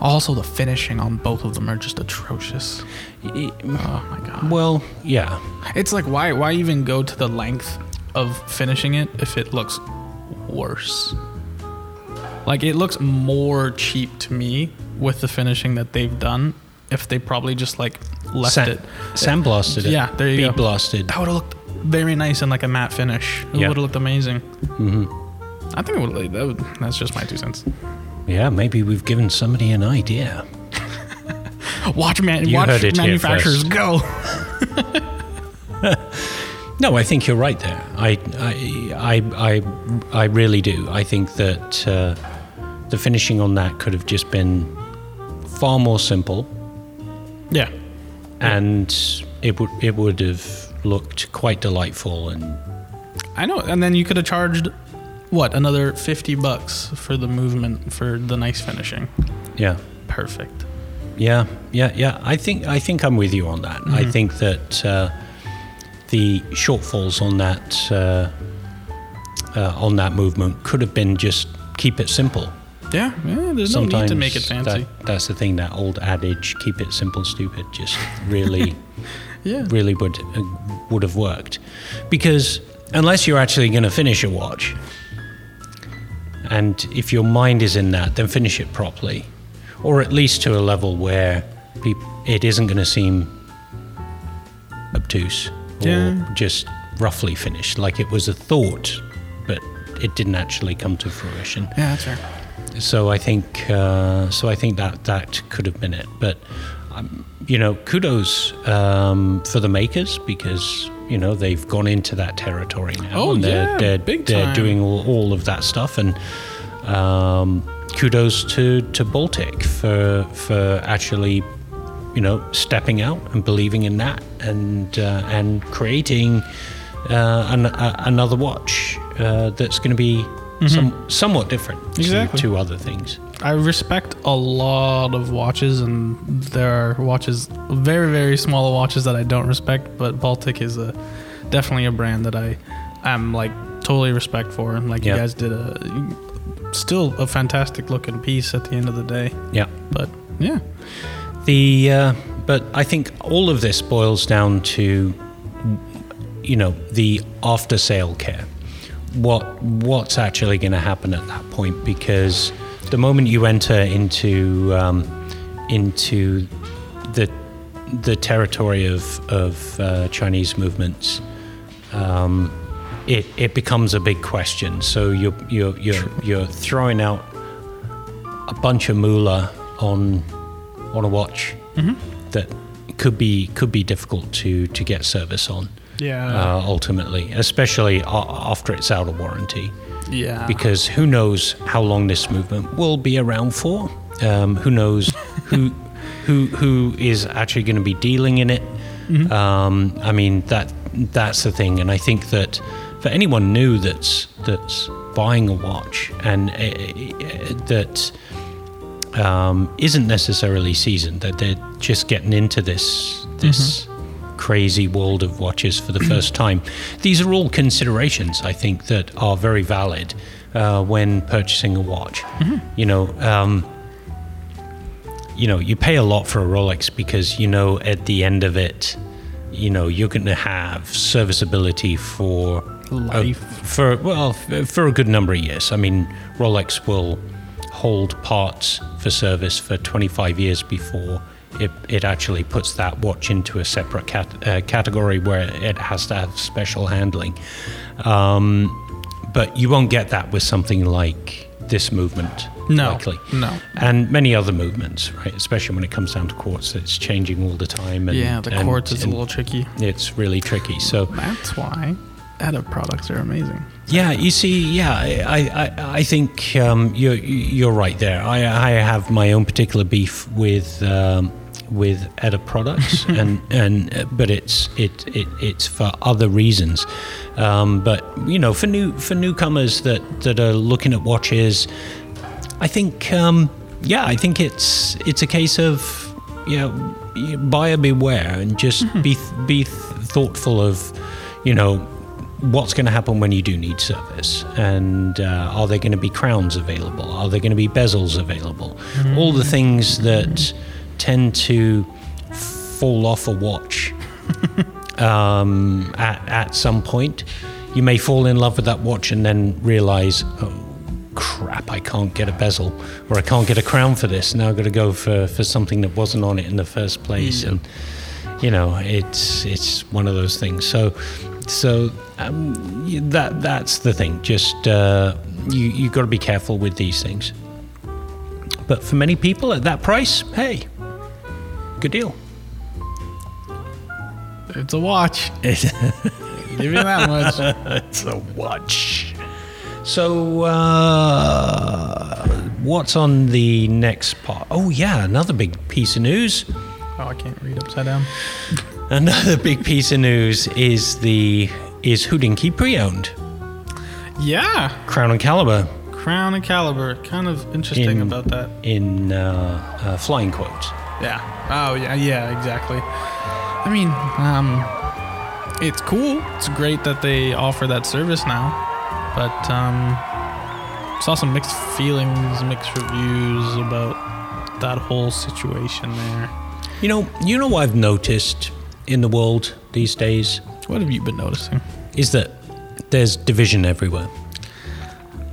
Speaker 4: Also, the finishing on both of them are just atrocious.
Speaker 3: Y-
Speaker 4: Oh my god.
Speaker 3: Well, yeah,
Speaker 4: It's like why why even go to the length of finishing it if it looks worse? Like it looks more cheap to me with the finishing that they've done if they probably just like left
Speaker 3: Sand-
Speaker 4: it.
Speaker 3: sandblasted it.
Speaker 4: Yeah, there you go.
Speaker 3: Bead blasted.
Speaker 4: That would have looked very nice in like a matte finish. It
Speaker 3: Yeah.
Speaker 4: would have looked amazing. Mm-hmm. I think it would, that would. That's just my two cents.
Speaker 3: Yeah, maybe we've given somebody an idea.
Speaker 4: Watch man,
Speaker 3: You
Speaker 4: watch
Speaker 3: heard it here
Speaker 4: manufacturers
Speaker 3: first.
Speaker 4: go.
Speaker 3: No, I think you're right there. I, I, I, I, I really do. I think that uh, the finishing on that could have just been far more simple,
Speaker 4: Yeah.
Speaker 3: and it would it would have looked quite delightful. And
Speaker 4: I know. And then you could have charged what another fifty bucks for the movement for the nice finishing.
Speaker 3: yeah,
Speaker 4: Perfect.
Speaker 3: yeah, yeah, yeah. I think I think I'm with you on that.
Speaker 4: Mm-hmm.
Speaker 3: I think that uh, the shortfalls on that uh, uh, on that movement could have been just keep it simple.
Speaker 4: Yeah. Yeah. There's no need to make it
Speaker 3: Sometimes
Speaker 4: fancy.
Speaker 3: that- that's the thing. That old adage, "Keep it simple, stupid," just really,
Speaker 4: yeah.
Speaker 3: really would uh, would have worked, because unless you're actually going to finish a watch, and if your mind is in that, then finish it properly, or at least to a level where peop it isn't going to seem obtuse or
Speaker 4: Yeah.
Speaker 3: just roughly finished, like it was a thought, but it didn't actually come to fruition.
Speaker 4: Yeah. That's fair.
Speaker 3: So I think uh, so I think that that could have been it. But um, you know, kudos um, for the makers because you know they've gone into that territory now.
Speaker 4: Oh,
Speaker 3: and they're,
Speaker 4: yeah,
Speaker 3: they're,
Speaker 4: big
Speaker 3: they're
Speaker 4: time.
Speaker 3: doing all, all of that stuff and. Um, kudos to, to Baltic for for actually, you know, stepping out and believing in that and uh, and creating uh, an, a, another watch uh, that's going to be some, somewhat different to-
Speaker 4: Exactly.
Speaker 3: to, other things.
Speaker 4: I respect a lot of watches, and there are watches, very very small watches that I don't respect. But Baltic is a definitely a brand that I am like totally respect for, and like
Speaker 3: Yeah.
Speaker 4: you guys did a still a fantastic looking piece at the end of the day.
Speaker 3: Yeah.
Speaker 4: But yeah,
Speaker 3: The uh, but I think all of this boils down to you know the after sale care. What what's actually going to happen at that point? Because the moment you enter into um, into the the territory of of uh, Chinese movements, um, it it becomes a big question. So you're you're you're, you're throwing out a bunch of moolah on on a watch that could be could be difficult to to get service on
Speaker 4: yeah,
Speaker 3: uh, ultimately, especially a- after it's out of warranty,
Speaker 4: yeah.
Speaker 3: because who knows how long this movement will be around for? Um, who knows who who who is actually going to be dealing in it? Um, I mean that that's the thing, and I think that for anyone new that's that's buying a watch and uh, uh, that um, isn't necessarily seasoned. That they're just getting into this this crazy world of watches for the first time. These are all considerations I think that are very valid uh, when purchasing a watch. You know. Um, you know, you pay a lot for a Rolex because you know at the end of it, you know you're going to have serviceability for
Speaker 4: Life.
Speaker 3: a, for well f- for a good number of years. I mean, Rolex will hold parts for service for 25 years before it, it actually puts that watch into a separate cat, uh, category where it has to have special handling. Um, but you won't get that with something like this movement.
Speaker 4: No,
Speaker 3: likely
Speaker 4: no.
Speaker 3: and many other movements, right? Especially when it comes down to quartz, it's changing all the time. And,
Speaker 4: yeah, the
Speaker 3: and-
Speaker 4: quartz is a
Speaker 3: and
Speaker 4: little tricky.
Speaker 3: It's really tricky. So
Speaker 4: That's why Ada products are amazing.
Speaker 3: yeah, you see, yeah, I I, I think um, you're you're right there. I I have my own particular beef with. Um, with Edda products and and uh, but it's it, it it's for other reasons, um, but you know for new for newcomers that that are looking at watches, I think, um, yeah, I think it's it's a case of you know, you- buyer beware and just be be thoughtful of, you know, what's going to happen when you do need service, and uh, are there going to be crowns available? Are there going to be bezels available? All the things that tend to fall off a watch um, at, at some point. You may fall in love with that watch and then realize, oh crap, I can't get a bezel or I can't get a crown for this. Now I've got to go for, for something that wasn't on it in the first place. And, you know, it's, it's one of those things. So, so um, y- that, that's the thing. Just, uh, you, you've got to be careful with these things. But for many people at that price, hey, good deal.
Speaker 4: It's a watch. Give you that much.
Speaker 3: it's a watch. So, uh, what's on the next part? Oh, yeah, another big piece of news.
Speaker 4: Oh, I can't read upside down.
Speaker 3: Another big piece of news is the is Houdinki pre-owned
Speaker 4: Yeah.
Speaker 3: Crown and Caliber
Speaker 4: Crown and caliber. Kind of interesting
Speaker 3: In-
Speaker 4: about that.
Speaker 3: in uh, uh, flying quotes.
Speaker 4: Yeah. Oh yeah. Yeah. Exactly. I mean, um, it's cool. It's great that they offer that service now, but um, saw some mixed feelings, mixed reviews about that whole situation there.
Speaker 3: You know, you know what I've noticed in the world these days
Speaker 4: What have you been noticing?
Speaker 3: is that there's division everywhere.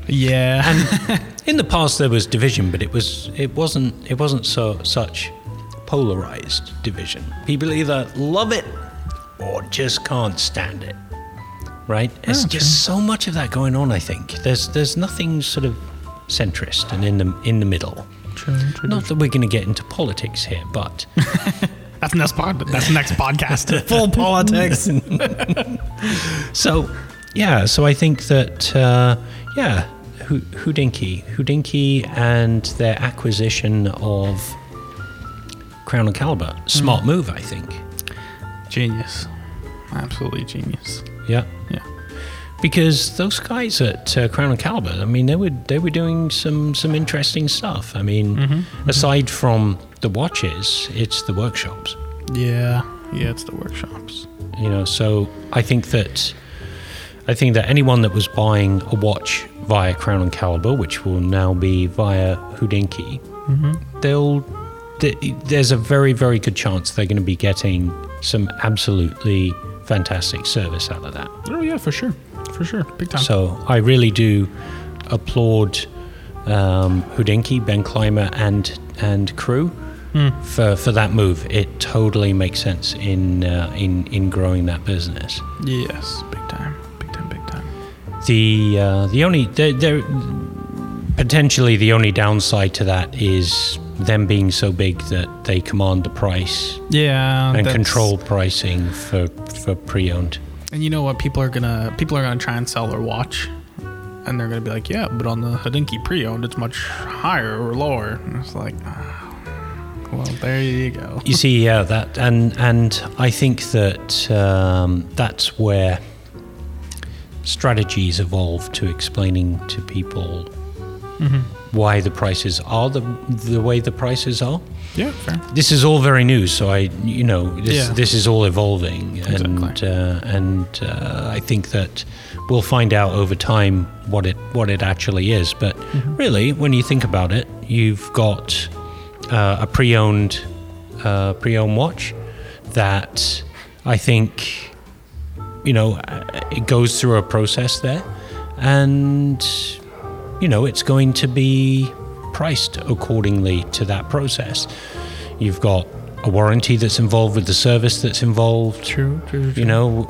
Speaker 4: Yeah.
Speaker 3: In the past, there was division, but it was it wasn't it wasn't so such polarized division. People either love it or just can't stand it. Right? There's just so much of that going on. I think there's there's nothing sort of centrist and in the in the middle.
Speaker 4: true, true.
Speaker 3: Not that we're going to get into politics here, but
Speaker 4: That's next pod. That's next podcast. Full politics.
Speaker 3: so yeah. So I think that uh, yeah, Hu- Houdinki, Houdinki, and their acquisition of Crown and Caliber, smart move, I think.
Speaker 4: Genius. Absolutely genius.
Speaker 3: Yeah,
Speaker 4: Yeah.
Speaker 3: because those guys at uh, Crown and Caliber, I mean, they were they were doing some some interesting stuff. I mean, aside from the watches, it's the workshops.
Speaker 4: Yeah. Yeah. It's the workshops.
Speaker 3: you know so i think that i think that anyone that was buying a watch via crown and caliber which will now be via houdinki they'll th- there's a very very good chance they're going to be getting some absolutely fantastic service out of that
Speaker 4: Oh yeah, for sure. For sure. Big time.
Speaker 3: so i really do applaud um, houdinki ben clymer and and crew For, for that move, it totally makes sense in uh, in in growing that business.
Speaker 4: Yes, big time, big time, big time.
Speaker 3: The uh, the only there, there potentially the only downside to that is them being so big that they command the price
Speaker 4: Yeah,
Speaker 3: and
Speaker 4: that's-
Speaker 3: control pricing for for pre-owned.
Speaker 4: And you know what? People are gonna people are gonna try and sell their watch, and they're gonna be like, yeah, but on the Hadinki pre-owned, it's much higher or lower. And it's like, ah, well, there you go.
Speaker 3: You see, yeah, that and and I think that um, that's where strategies evolve to explaining to people
Speaker 4: Mm-hmm.
Speaker 3: why the prices are the the way the prices are.
Speaker 4: Yeah, fair.
Speaker 3: this is all very new, so I, you know, this
Speaker 4: Yeah.
Speaker 3: this is all evolving, and
Speaker 4: Exactly.
Speaker 3: uh, and uh, I think that we'll find out over time what it what it actually is. But really, when you think about it, you've got uh, a pre-owned uh, pre-owned watch that I think you know uh, it goes through a process there, and you know it's going to be priced accordingly to that process. You've got a warranty that's involved with the service that's involved.
Speaker 4: True, true,
Speaker 3: You know,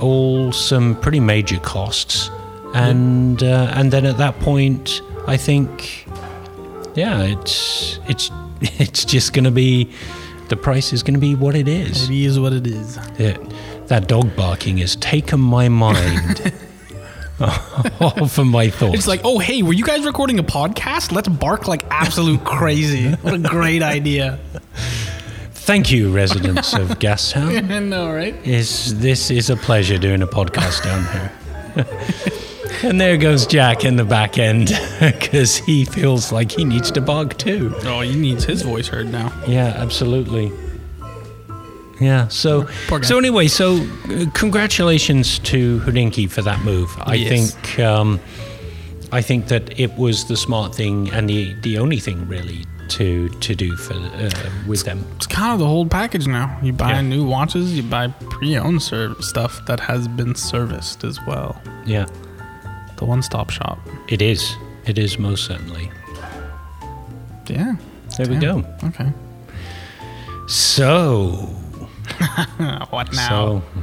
Speaker 3: all some pretty major costs, and uh, and then at that point, I think, yeah, it's it's it's just going to be the price is going to be what it is.
Speaker 4: It is what it is.
Speaker 3: Yeah, that dog barking has taken my mind off of my thoughts.
Speaker 4: It's like, oh hey, were you guys recording a podcast? Let's bark like absolute crazy. What a great idea.
Speaker 3: Thank you, residents of Gastown.
Speaker 4: I know, right?
Speaker 3: is this is a pleasure doing a podcast down here. and there goes Jack in the back end because he feels like he needs to bark too.
Speaker 4: Oh, he needs his voice heard now.
Speaker 3: Yeah, absolutely. Yeah. So
Speaker 4: Poor guy.
Speaker 3: so anyway, so uh, congratulations to Houdinki for that move. I
Speaker 4: Yes.
Speaker 3: think um, I think that it was the smart thing and the the only thing really to to do for uh, with them.
Speaker 4: it's kind of the whole package now. You buy
Speaker 3: Yeah.
Speaker 4: new watches, you buy pre-owned ser- stuff that has been serviced as well.
Speaker 3: Yeah.
Speaker 4: The one-stop shop.
Speaker 3: It is. It is most certainly.
Speaker 4: Yeah.
Speaker 3: There we
Speaker 4: Damn.
Speaker 3: go.
Speaker 4: Okay.
Speaker 3: So,
Speaker 4: what now?
Speaker 3: so,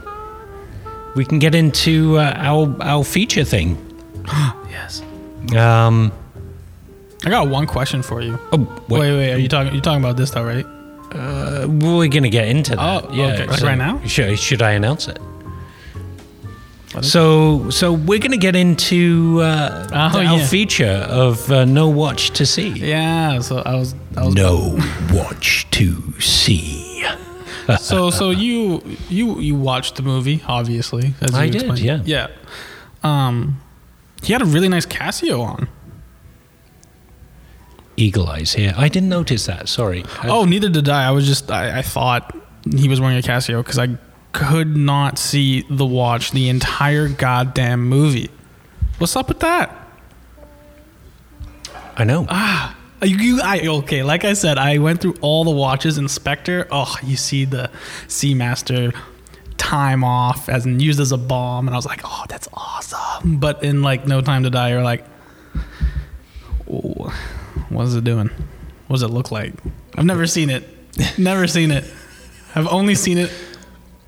Speaker 3: so, we can get into uh, our our feature thing.
Speaker 4: yes.
Speaker 3: Um,
Speaker 4: I got one question for you.
Speaker 3: oh,
Speaker 4: Wait, wait. Are you talking? You talking about this though, right?
Speaker 3: uh, uh, we're going to get into that.
Speaker 4: Oh, okay. Like right now?
Speaker 3: Should, should I announce it? So, so we're going to get into uh,
Speaker 4: Oh,
Speaker 3: our
Speaker 4: yeah.
Speaker 3: feature of uh, no watch to see.
Speaker 4: Yeah, so I was, I was
Speaker 3: No watch to see.
Speaker 4: so so you you you watched the movie obviously as you
Speaker 3: I did,
Speaker 4: explained.
Speaker 3: yeah.
Speaker 4: yeah um he had a really nice casio on
Speaker 3: Eagle eyes here. I didn't notice that. Sorry. I-
Speaker 4: oh neither did i i was just i, I thought he was wearing a casio because i could not see the watch the entire goddamn movie what's up with that
Speaker 3: I know.
Speaker 4: Ah. Uh, You, you, I, okay, like I said, I went through all the watches. Inspector, oh, you see the Seamaster time off as in used as a bomb, and I was like, oh, that's awesome. But in like No Time to Die, you're like, oh, what is it doing? What does it look like? I've never seen it. Never seen it. I've only seen it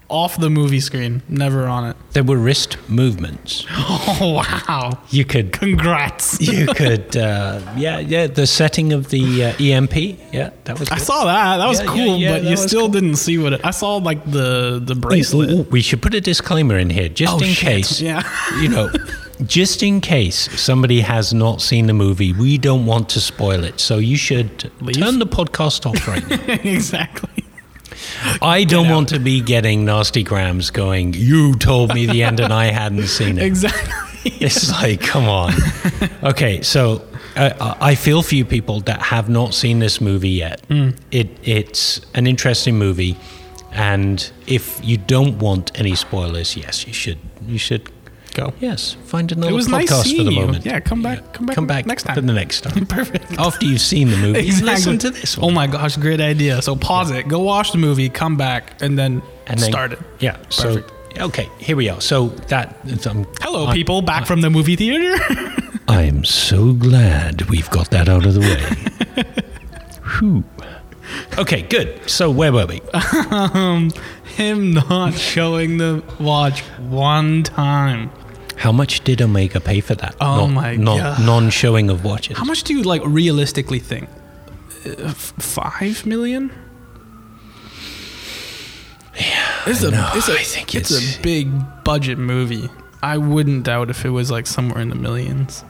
Speaker 4: off the movie screen, never on it.
Speaker 3: there were wrist movements.
Speaker 4: Oh wow!
Speaker 3: You could,
Speaker 4: Congrats.
Speaker 3: you could, uh, yeah, yeah. The setting of the uh, EMP. Yeah, that was.
Speaker 4: I
Speaker 3: good.
Speaker 4: saw that. That was
Speaker 3: Yeah, yeah,
Speaker 4: cool,
Speaker 3: yeah,
Speaker 4: but
Speaker 3: that
Speaker 4: you
Speaker 3: was
Speaker 4: still
Speaker 3: cool.
Speaker 4: didn't see what it. I saw like the the
Speaker 3: Ooh,
Speaker 4: bracelet.
Speaker 3: ooh, We should put a disclaimer in here, just
Speaker 4: Oh,
Speaker 3: in
Speaker 4: shit.
Speaker 3: case.
Speaker 4: Yeah.
Speaker 3: You know, just in case somebody has not seen the movie, we don't want to spoil it. So you should
Speaker 4: Leave?
Speaker 3: turn the podcast off right now.
Speaker 4: exactly.
Speaker 3: I don't want to be getting nasty grams going, you told me the end and I hadn't seen it.
Speaker 4: Exactly.
Speaker 3: It's like, come on. Okay, so uh, I feel for you people that have not seen this movie yet.
Speaker 4: Hmm.
Speaker 3: It it's an interesting movie, and if you don't want any spoilers, yes, you should. You should
Speaker 4: Go.
Speaker 3: Yes, find another
Speaker 4: It was
Speaker 3: podcast
Speaker 4: nice
Speaker 3: for the
Speaker 4: seeing you.
Speaker 3: moment.
Speaker 4: Yeah, come back- come back
Speaker 3: come back
Speaker 4: next time.
Speaker 3: for the next time.
Speaker 4: Perfect.
Speaker 3: After you've seen the movie, listen to this
Speaker 4: Oh
Speaker 3: one.
Speaker 4: my gosh, great idea. So pause it, go watch the movie, come back, and then,
Speaker 3: and then,
Speaker 4: start it.
Speaker 3: Yeah. So
Speaker 4: Perfect.
Speaker 3: okay, here we are. So that um,
Speaker 4: Hello,
Speaker 3: I-
Speaker 4: people, back from the movie theater.
Speaker 3: I am so glad we've got that out of the way. Whew. Okay, good. So where were we?
Speaker 4: Uh, Um, Him not showing the watch one time.
Speaker 3: How much did Omega pay for that?
Speaker 4: Oh my God.
Speaker 3: Non-showing of watches.
Speaker 4: How much do you like realistically think? Uh, f- Five million? Yeah, it's a,
Speaker 3: know.
Speaker 4: It's a,
Speaker 3: I think
Speaker 4: it's,
Speaker 3: it's-
Speaker 4: a big budget movie. I wouldn't doubt if it was like somewhere in the millions.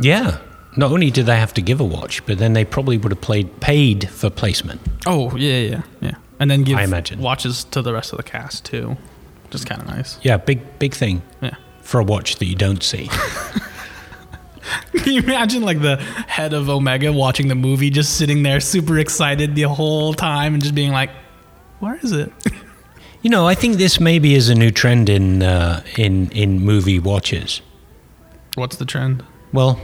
Speaker 3: Yeah. Not only did they have to give a watch, but then they probably would have played paid for placement.
Speaker 4: Oh yeah, yeah, yeah. And then give
Speaker 3: I imagine.
Speaker 4: watches to the rest of the cast too, just kind of nice.
Speaker 3: Yeah, big big thing
Speaker 4: Yeah.
Speaker 3: for a watch that you don't see.
Speaker 4: Can you imagine like the head of Omega watching the movie, just sitting there super excited the whole time, and just being like, "Where is it?"
Speaker 3: you know, I think this maybe is a new trend in uh, in in movie watches.
Speaker 4: What's the trend?
Speaker 3: Well,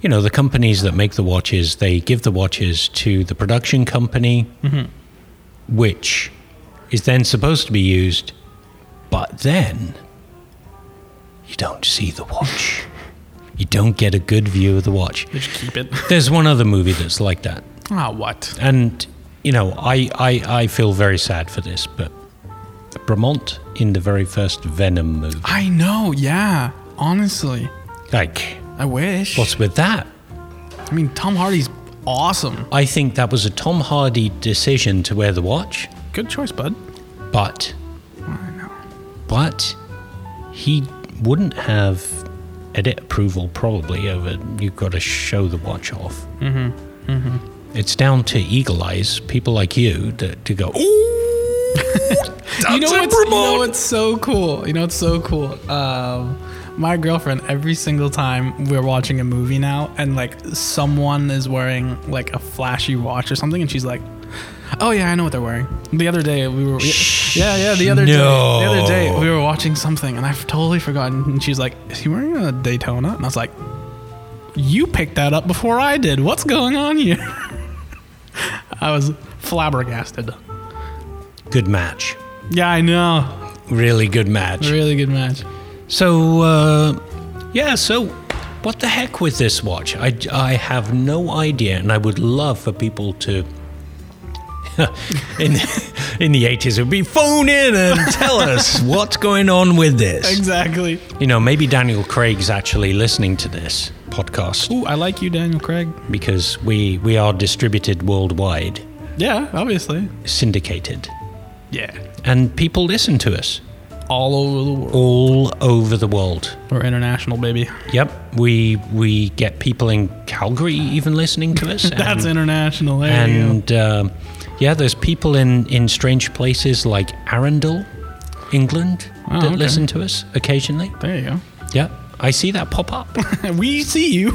Speaker 3: you know, the companies that make the watches, they give the watches to the production company, which is then supposed to be used, but then you don't see the watch. you don't get a good view of the watch.
Speaker 4: They should keep it.
Speaker 3: There's one other movie that's like that.
Speaker 4: Ah, what?
Speaker 3: And, you know, I, I, I feel very sad for this, but Bramont in the very first Venom movie,
Speaker 4: I know, yeah. Honestly,
Speaker 3: like,
Speaker 4: I wish.
Speaker 3: what's with that?
Speaker 4: I mean, Tom Hardy's awesome.
Speaker 3: I think that was a Tom Hardy decision to wear the watch,
Speaker 4: Good choice, bud.
Speaker 3: but but he wouldn't have edit approval probably over you've got to show the watch off. Mm-hmm. Mm-hmm. It's down to eagle eyes, people like you, to, to go. Ooh,
Speaker 4: You know,
Speaker 3: that's a
Speaker 4: what's, you know
Speaker 3: Bramont!"
Speaker 4: what's so cool? You know what's so cool? Um, my girlfriend, every single time we're watching a movie now and like someone is wearing like a flashy watch or something and she's like, Oh yeah, I know what they're wearing. The other day we were Yeah, yeah, the other day the other day
Speaker 3: No.
Speaker 4: we were watching something and I've totally forgotten and she's like, Is he wearing a Daytona? And I was like, You picked that up before I did. What's going on here? I was flabbergasted.
Speaker 3: Good match,
Speaker 4: Yeah, I know.
Speaker 3: really good match.
Speaker 4: Really good match.
Speaker 3: So, uh, yeah, so what the heck with this watch? I, I have no idea, and I would love for people to. in, in the 80s, it would be phone in and tell us what's going on with this.
Speaker 4: Exactly.
Speaker 3: You know, maybe Daniel Craig's actually listening to this podcast
Speaker 4: Ooh, I like you, Daniel Craig.
Speaker 3: because we, we are distributed worldwide.
Speaker 4: Yeah, obviously.
Speaker 3: syndicated,
Speaker 4: Yeah.
Speaker 3: and people listen to us
Speaker 4: All over the world.
Speaker 3: all over the world.
Speaker 4: We're international, baby.
Speaker 3: Yep, we we get people in Calgary even listening to us.
Speaker 4: That's
Speaker 3: and,
Speaker 4: international. There you
Speaker 3: and um, yeah, there's people in in strange places like Arundel, England,
Speaker 4: Oh,
Speaker 3: that
Speaker 4: okay.
Speaker 3: listen to us occasionally.
Speaker 4: go. There you go.
Speaker 3: Yeah, I see that pop up.
Speaker 4: we see you.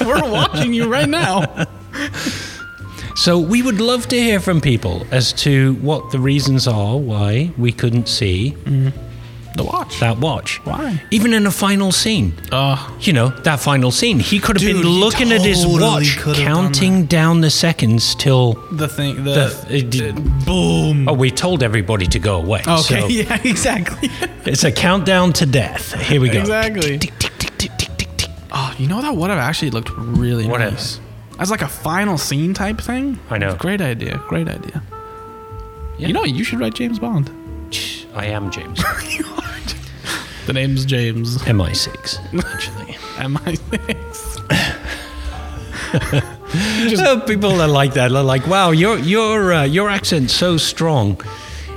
Speaker 4: We're watching you right now.
Speaker 3: So we would love to hear from people as to what the reasons are why we couldn't see
Speaker 4: The watch.
Speaker 3: that watch.
Speaker 4: Why?
Speaker 3: Even in a final scene.
Speaker 4: Oh,
Speaker 3: You know, that final scene. He could have been
Speaker 2: Dude, he
Speaker 3: looking at his
Speaker 2: totally
Speaker 3: watch,
Speaker 2: could have done
Speaker 3: counting down the seconds till.
Speaker 4: the thing.
Speaker 3: The,
Speaker 4: The, uh,
Speaker 3: it did-
Speaker 4: boom.
Speaker 3: oh, we told everybody to go away.
Speaker 4: okay.
Speaker 3: So
Speaker 4: Yeah. Exactly.
Speaker 3: it's a countdown to death. Here we go.
Speaker 4: Exactly.
Speaker 3: Tick, tick, tick, tick, tick, tick, tick.
Speaker 4: oh, you know that would have actually looked really
Speaker 3: What
Speaker 4: nice. As like a final scene type thing.
Speaker 3: I know.
Speaker 4: Great idea. Great idea.
Speaker 3: Yeah.
Speaker 4: You know, you should write James Bond.
Speaker 3: I am James.
Speaker 4: The name's James.
Speaker 3: MI6, actually.
Speaker 4: Am I six?
Speaker 3: So people are like that. They're like, "Wow, your your uh, your accent's so strong,"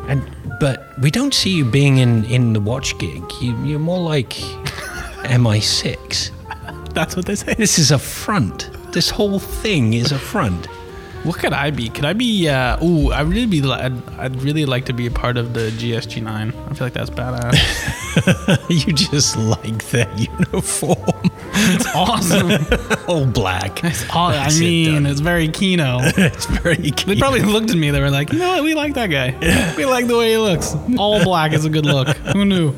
Speaker 3: and but we don't see you being in in the watch gig. You, you're more like MI6.
Speaker 4: That's what they say.
Speaker 3: This is a front. This whole thing is a front.
Speaker 4: What could I be? Could I be? Uh, ooh, I really be. li- I'd, I'd really like to be a part of the GSG nine. I feel like that's badass.
Speaker 3: you just like their uniform,
Speaker 4: it's awesome.
Speaker 3: all black.
Speaker 4: It's all, I
Speaker 3: That's it,
Speaker 4: mean,
Speaker 3: done.
Speaker 4: it's very Kino.
Speaker 3: it's very.
Speaker 4: They
Speaker 3: Cute.
Speaker 4: probably looked at me. They were like, you know what? We like that guy. We like the way he looks. All black is a good look. Who knew?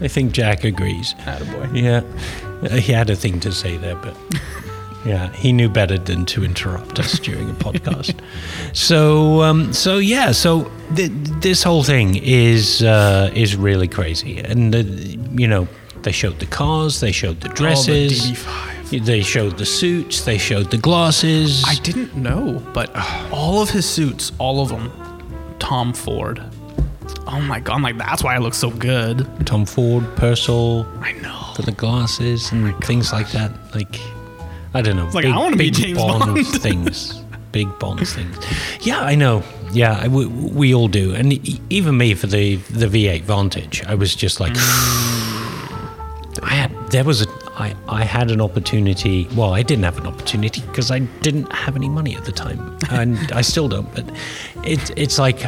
Speaker 3: I think Jack agrees.
Speaker 4: Attaboy.
Speaker 3: Yeah, Uh, he had a thing to say there, but yeah, he knew better than to interrupt us during a podcast. so, um, so yeah, so th- this whole thing is uh, is really crazy, and uh, you know, they showed the cars, they showed the dresses,
Speaker 4: DB5.
Speaker 3: they showed the suits, they showed the glasses.
Speaker 4: I didn't know, but all of his suits, all of them, Tom Ford. Oh my god! I'm like, that's why I look so good.
Speaker 3: Tom Ford, Purcell,
Speaker 4: I know.
Speaker 3: for the glasses and things like that. Like, I don't know.
Speaker 4: Oh like, I wanna be James Bond.
Speaker 3: things. Big Bond things. Yeah, I know. Yeah, I- we, we all do. And e- even me for the, the V8 Vantage, I was just like,
Speaker 4: Mm.
Speaker 3: I had, there was a, I, I had an opportunity. Well, I didn't have an opportunity because I didn't have any money at the time, and I still don't. But it, it's like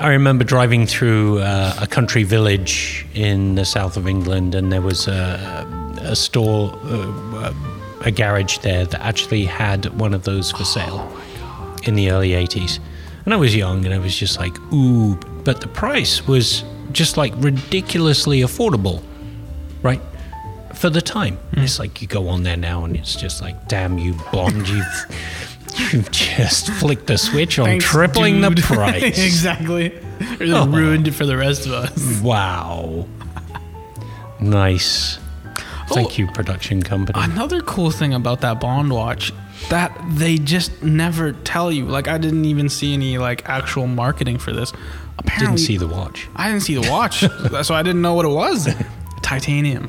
Speaker 3: I remember driving through uh, a country village in the south of England, and there was a, a store, uh, a garage there that actually had one of those for
Speaker 4: Oh
Speaker 3: sale in the early 80s. And I was young and I was just like, ooh. But the price was just like ridiculously affordable, right? For the time.
Speaker 4: Hmm.
Speaker 3: It's like you go on there now and it's just like, damn you, Bond, you've, you've just flicked the switch on
Speaker 4: Thanks,
Speaker 3: tripling the
Speaker 4: dude.
Speaker 3: price.
Speaker 4: exactly. Really
Speaker 3: Oh.
Speaker 4: ruined it for the rest of us.
Speaker 3: Wow. Nice.
Speaker 4: Oh.
Speaker 3: Thank you, production company.
Speaker 4: Another cool thing about that Bond watch that they just never tell you. Like I didn't even see any like actual marketing for this. Apparently,
Speaker 3: didn't see the watch.
Speaker 4: I didn't see the watch, so I didn't know what it was. Titanium.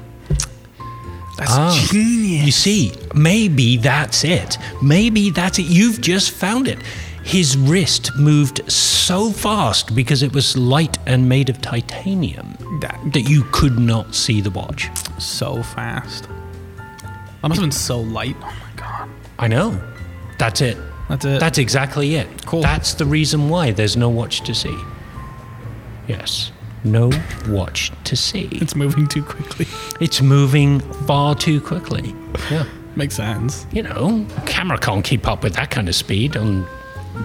Speaker 4: That's
Speaker 3: Ah.
Speaker 4: genius.
Speaker 3: You see, maybe that's it. Maybe that's it. You've just found it. His wrist moved so fast because it was light and made of titanium
Speaker 4: That
Speaker 3: that you could not see the watch.
Speaker 4: so fast. That must have been so light. Oh my god.
Speaker 3: I know. That's it.
Speaker 4: That's it.
Speaker 3: That's exactly it.
Speaker 4: Uh, Cool.
Speaker 3: That's the reason why there's no watch to see. Yes. No watch to see.
Speaker 4: it's moving too quickly.
Speaker 3: It's moving far too quickly. Yeah.
Speaker 4: Makes sense.
Speaker 3: you know, camera can't keep up with that kind of speed on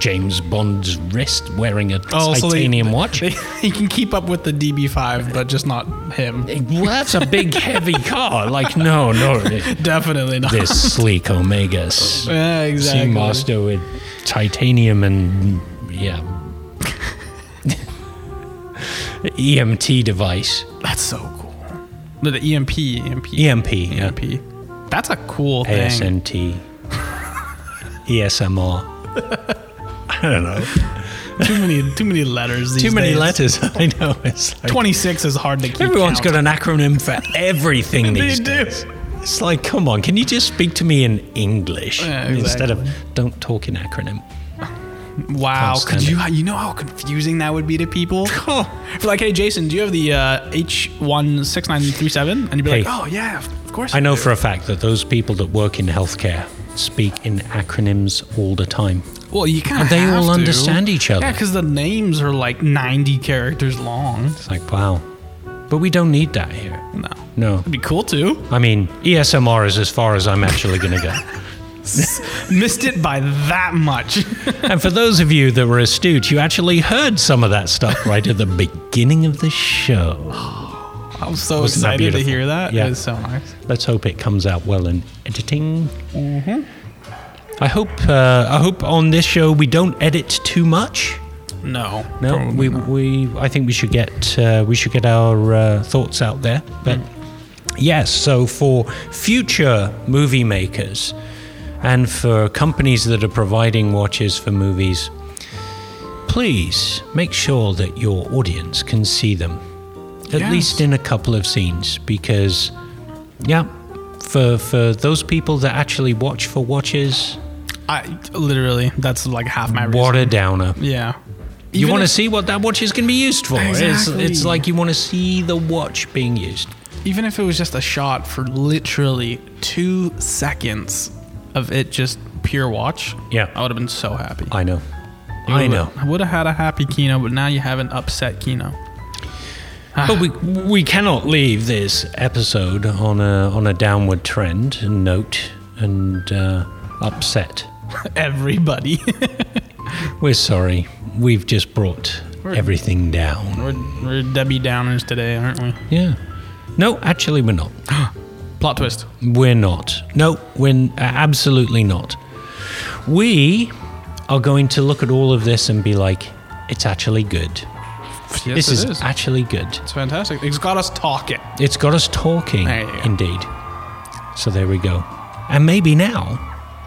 Speaker 3: James Bond's wrist wearing a
Speaker 4: so they-
Speaker 3: titanium watch.
Speaker 4: They, he can keep up with the DB5, but just not him.
Speaker 3: well, that's a big, heavy car. Like, no, no,
Speaker 4: Definitely not.
Speaker 3: this sleek Omega s-
Speaker 4: Yeah, exactly.
Speaker 3: Seamaster with titanium and yeah, EMT E device,
Speaker 4: That's so cool. No, the E EMP, EMP,
Speaker 3: EMP, E yeah.
Speaker 4: EMP. E That's a cool thing.
Speaker 3: ASMT, E ESMR. I don't know.
Speaker 4: Too many, too many letters. These
Speaker 3: Too many
Speaker 4: days.
Speaker 3: letters. I know. It's like,
Speaker 4: Twenty-six is hard to keep.
Speaker 3: Everyone's
Speaker 4: count.
Speaker 3: got an acronym for everything
Speaker 4: They
Speaker 3: these
Speaker 4: do.
Speaker 3: days. It's like, come on, can you just speak to me in English
Speaker 4: Yeah,
Speaker 3: instead of don't talk in acronym?
Speaker 4: Wow, could
Speaker 3: Outstanding.
Speaker 4: you you know how confusing that would be to people? If like, hey Jason, do you have the uh, H one six nine three seven? And you'd be like,
Speaker 3: Hey.
Speaker 4: oh yeah, of course.
Speaker 3: I know
Speaker 4: do."
Speaker 3: for a fact that those people that work in healthcare speak in acronyms all the time.
Speaker 4: Well, you kind
Speaker 3: And
Speaker 4: of
Speaker 3: they all understand each other.
Speaker 4: Yeah, because the names are like ninety characters long.
Speaker 3: It's like, wow. But we don't need that here.
Speaker 4: No,
Speaker 3: No.
Speaker 4: it'd be cool too.
Speaker 3: I mean, E ESMR is as far as I'm actually going to go.
Speaker 4: Missed it by that much.
Speaker 3: And for those of you that were astute, you actually heard some of that stuff right at the beginning of the show.
Speaker 4: I was so
Speaker 3: Wasn't that
Speaker 4: excited to
Speaker 3: beautiful?
Speaker 4: hear that.
Speaker 3: Yeah.
Speaker 4: It was so nice.
Speaker 3: Let's hope it comes out well in editing. I hope. Uh, I hope on this show we don't edit too much.
Speaker 4: No,
Speaker 3: No, we,
Speaker 4: probably not.
Speaker 3: we I think we should get uh, we should get our uh, thoughts out there. But
Speaker 4: Mm.
Speaker 3: yes, so for future movie makers and for companies that are providing watches for movies, please make sure that your audience can see them at
Speaker 4: Yes.
Speaker 3: least in a couple of scenes because yeah, for for those people that actually watch for watches,
Speaker 4: I literally that's like half my reason.
Speaker 3: what a downer.
Speaker 4: Yeah,
Speaker 3: you
Speaker 4: Even
Speaker 3: want to
Speaker 4: if-
Speaker 3: see what that watch is going to be used for.
Speaker 4: Exactly.
Speaker 3: It's, it's like you want to see the watch being used.
Speaker 4: even if it was just a shot for literally two seconds of it just pure watch,
Speaker 3: Yeah.
Speaker 4: I would have been so happy.
Speaker 3: I know. I know.
Speaker 4: I would have had a happy Kino, but now you have an upset Kino.
Speaker 3: But we we cannot leave this episode on a on a downward trend and note and uh, upset.
Speaker 4: Everybody.
Speaker 3: We're sorry. We've just brought everything down.
Speaker 4: we're, we're Debbie Downers today, aren't we?
Speaker 3: Yeah. No, actually, we're not.
Speaker 4: Plot twist.
Speaker 3: We're not. No, we're n- absolutely not. We are going to look at all of this and be like, it's actually good.
Speaker 4: Yes,
Speaker 3: this is
Speaker 4: it is.
Speaker 3: actually good.
Speaker 4: It's fantastic. It's got us talking.
Speaker 3: It's got us talking,
Speaker 4: There you go.
Speaker 3: indeed. So there we go. And maybe now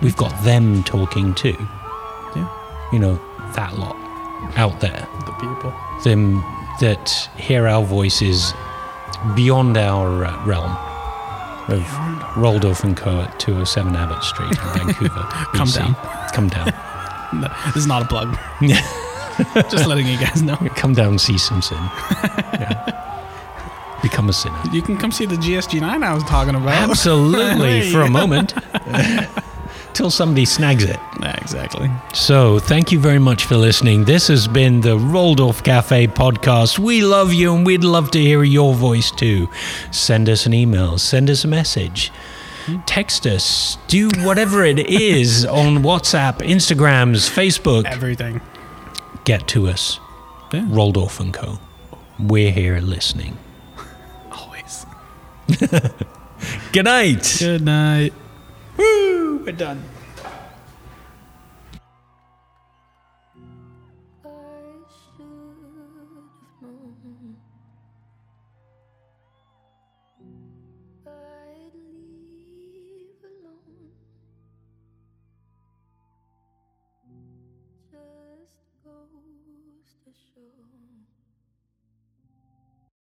Speaker 3: we've got them talking too.
Speaker 4: Yeah,
Speaker 3: You know, that lot out there.
Speaker 4: the people.
Speaker 3: Them that hear our voices beyond our uh, realm of Roldorf and Co. at 207 Abbott Street in Vancouver.
Speaker 4: Come
Speaker 3: BC.
Speaker 4: down.
Speaker 3: Come down.
Speaker 4: No, this is not a plug. Just letting you guys know.
Speaker 3: Come down, see some sin. Yeah. Become a sinner.
Speaker 4: You can come see the GSG9 I was talking about.
Speaker 3: Absolutely, for a moment. Till somebody snags it.
Speaker 4: Yeah, exactly.
Speaker 3: So, thank you very much for listening. This has been the Roldorf Cafe podcast. We love you and we'd love to hear your voice too. Send us an email, send us a message, text us, do whatever it is on WhatsApp, Instagrams, Facebook.
Speaker 4: Everything.
Speaker 3: Get to us.
Speaker 4: Yeah.
Speaker 3: Roldorf and Co. We're here listening.
Speaker 4: Always.
Speaker 3: Good night.
Speaker 4: Good night.
Speaker 3: Woo, we're done.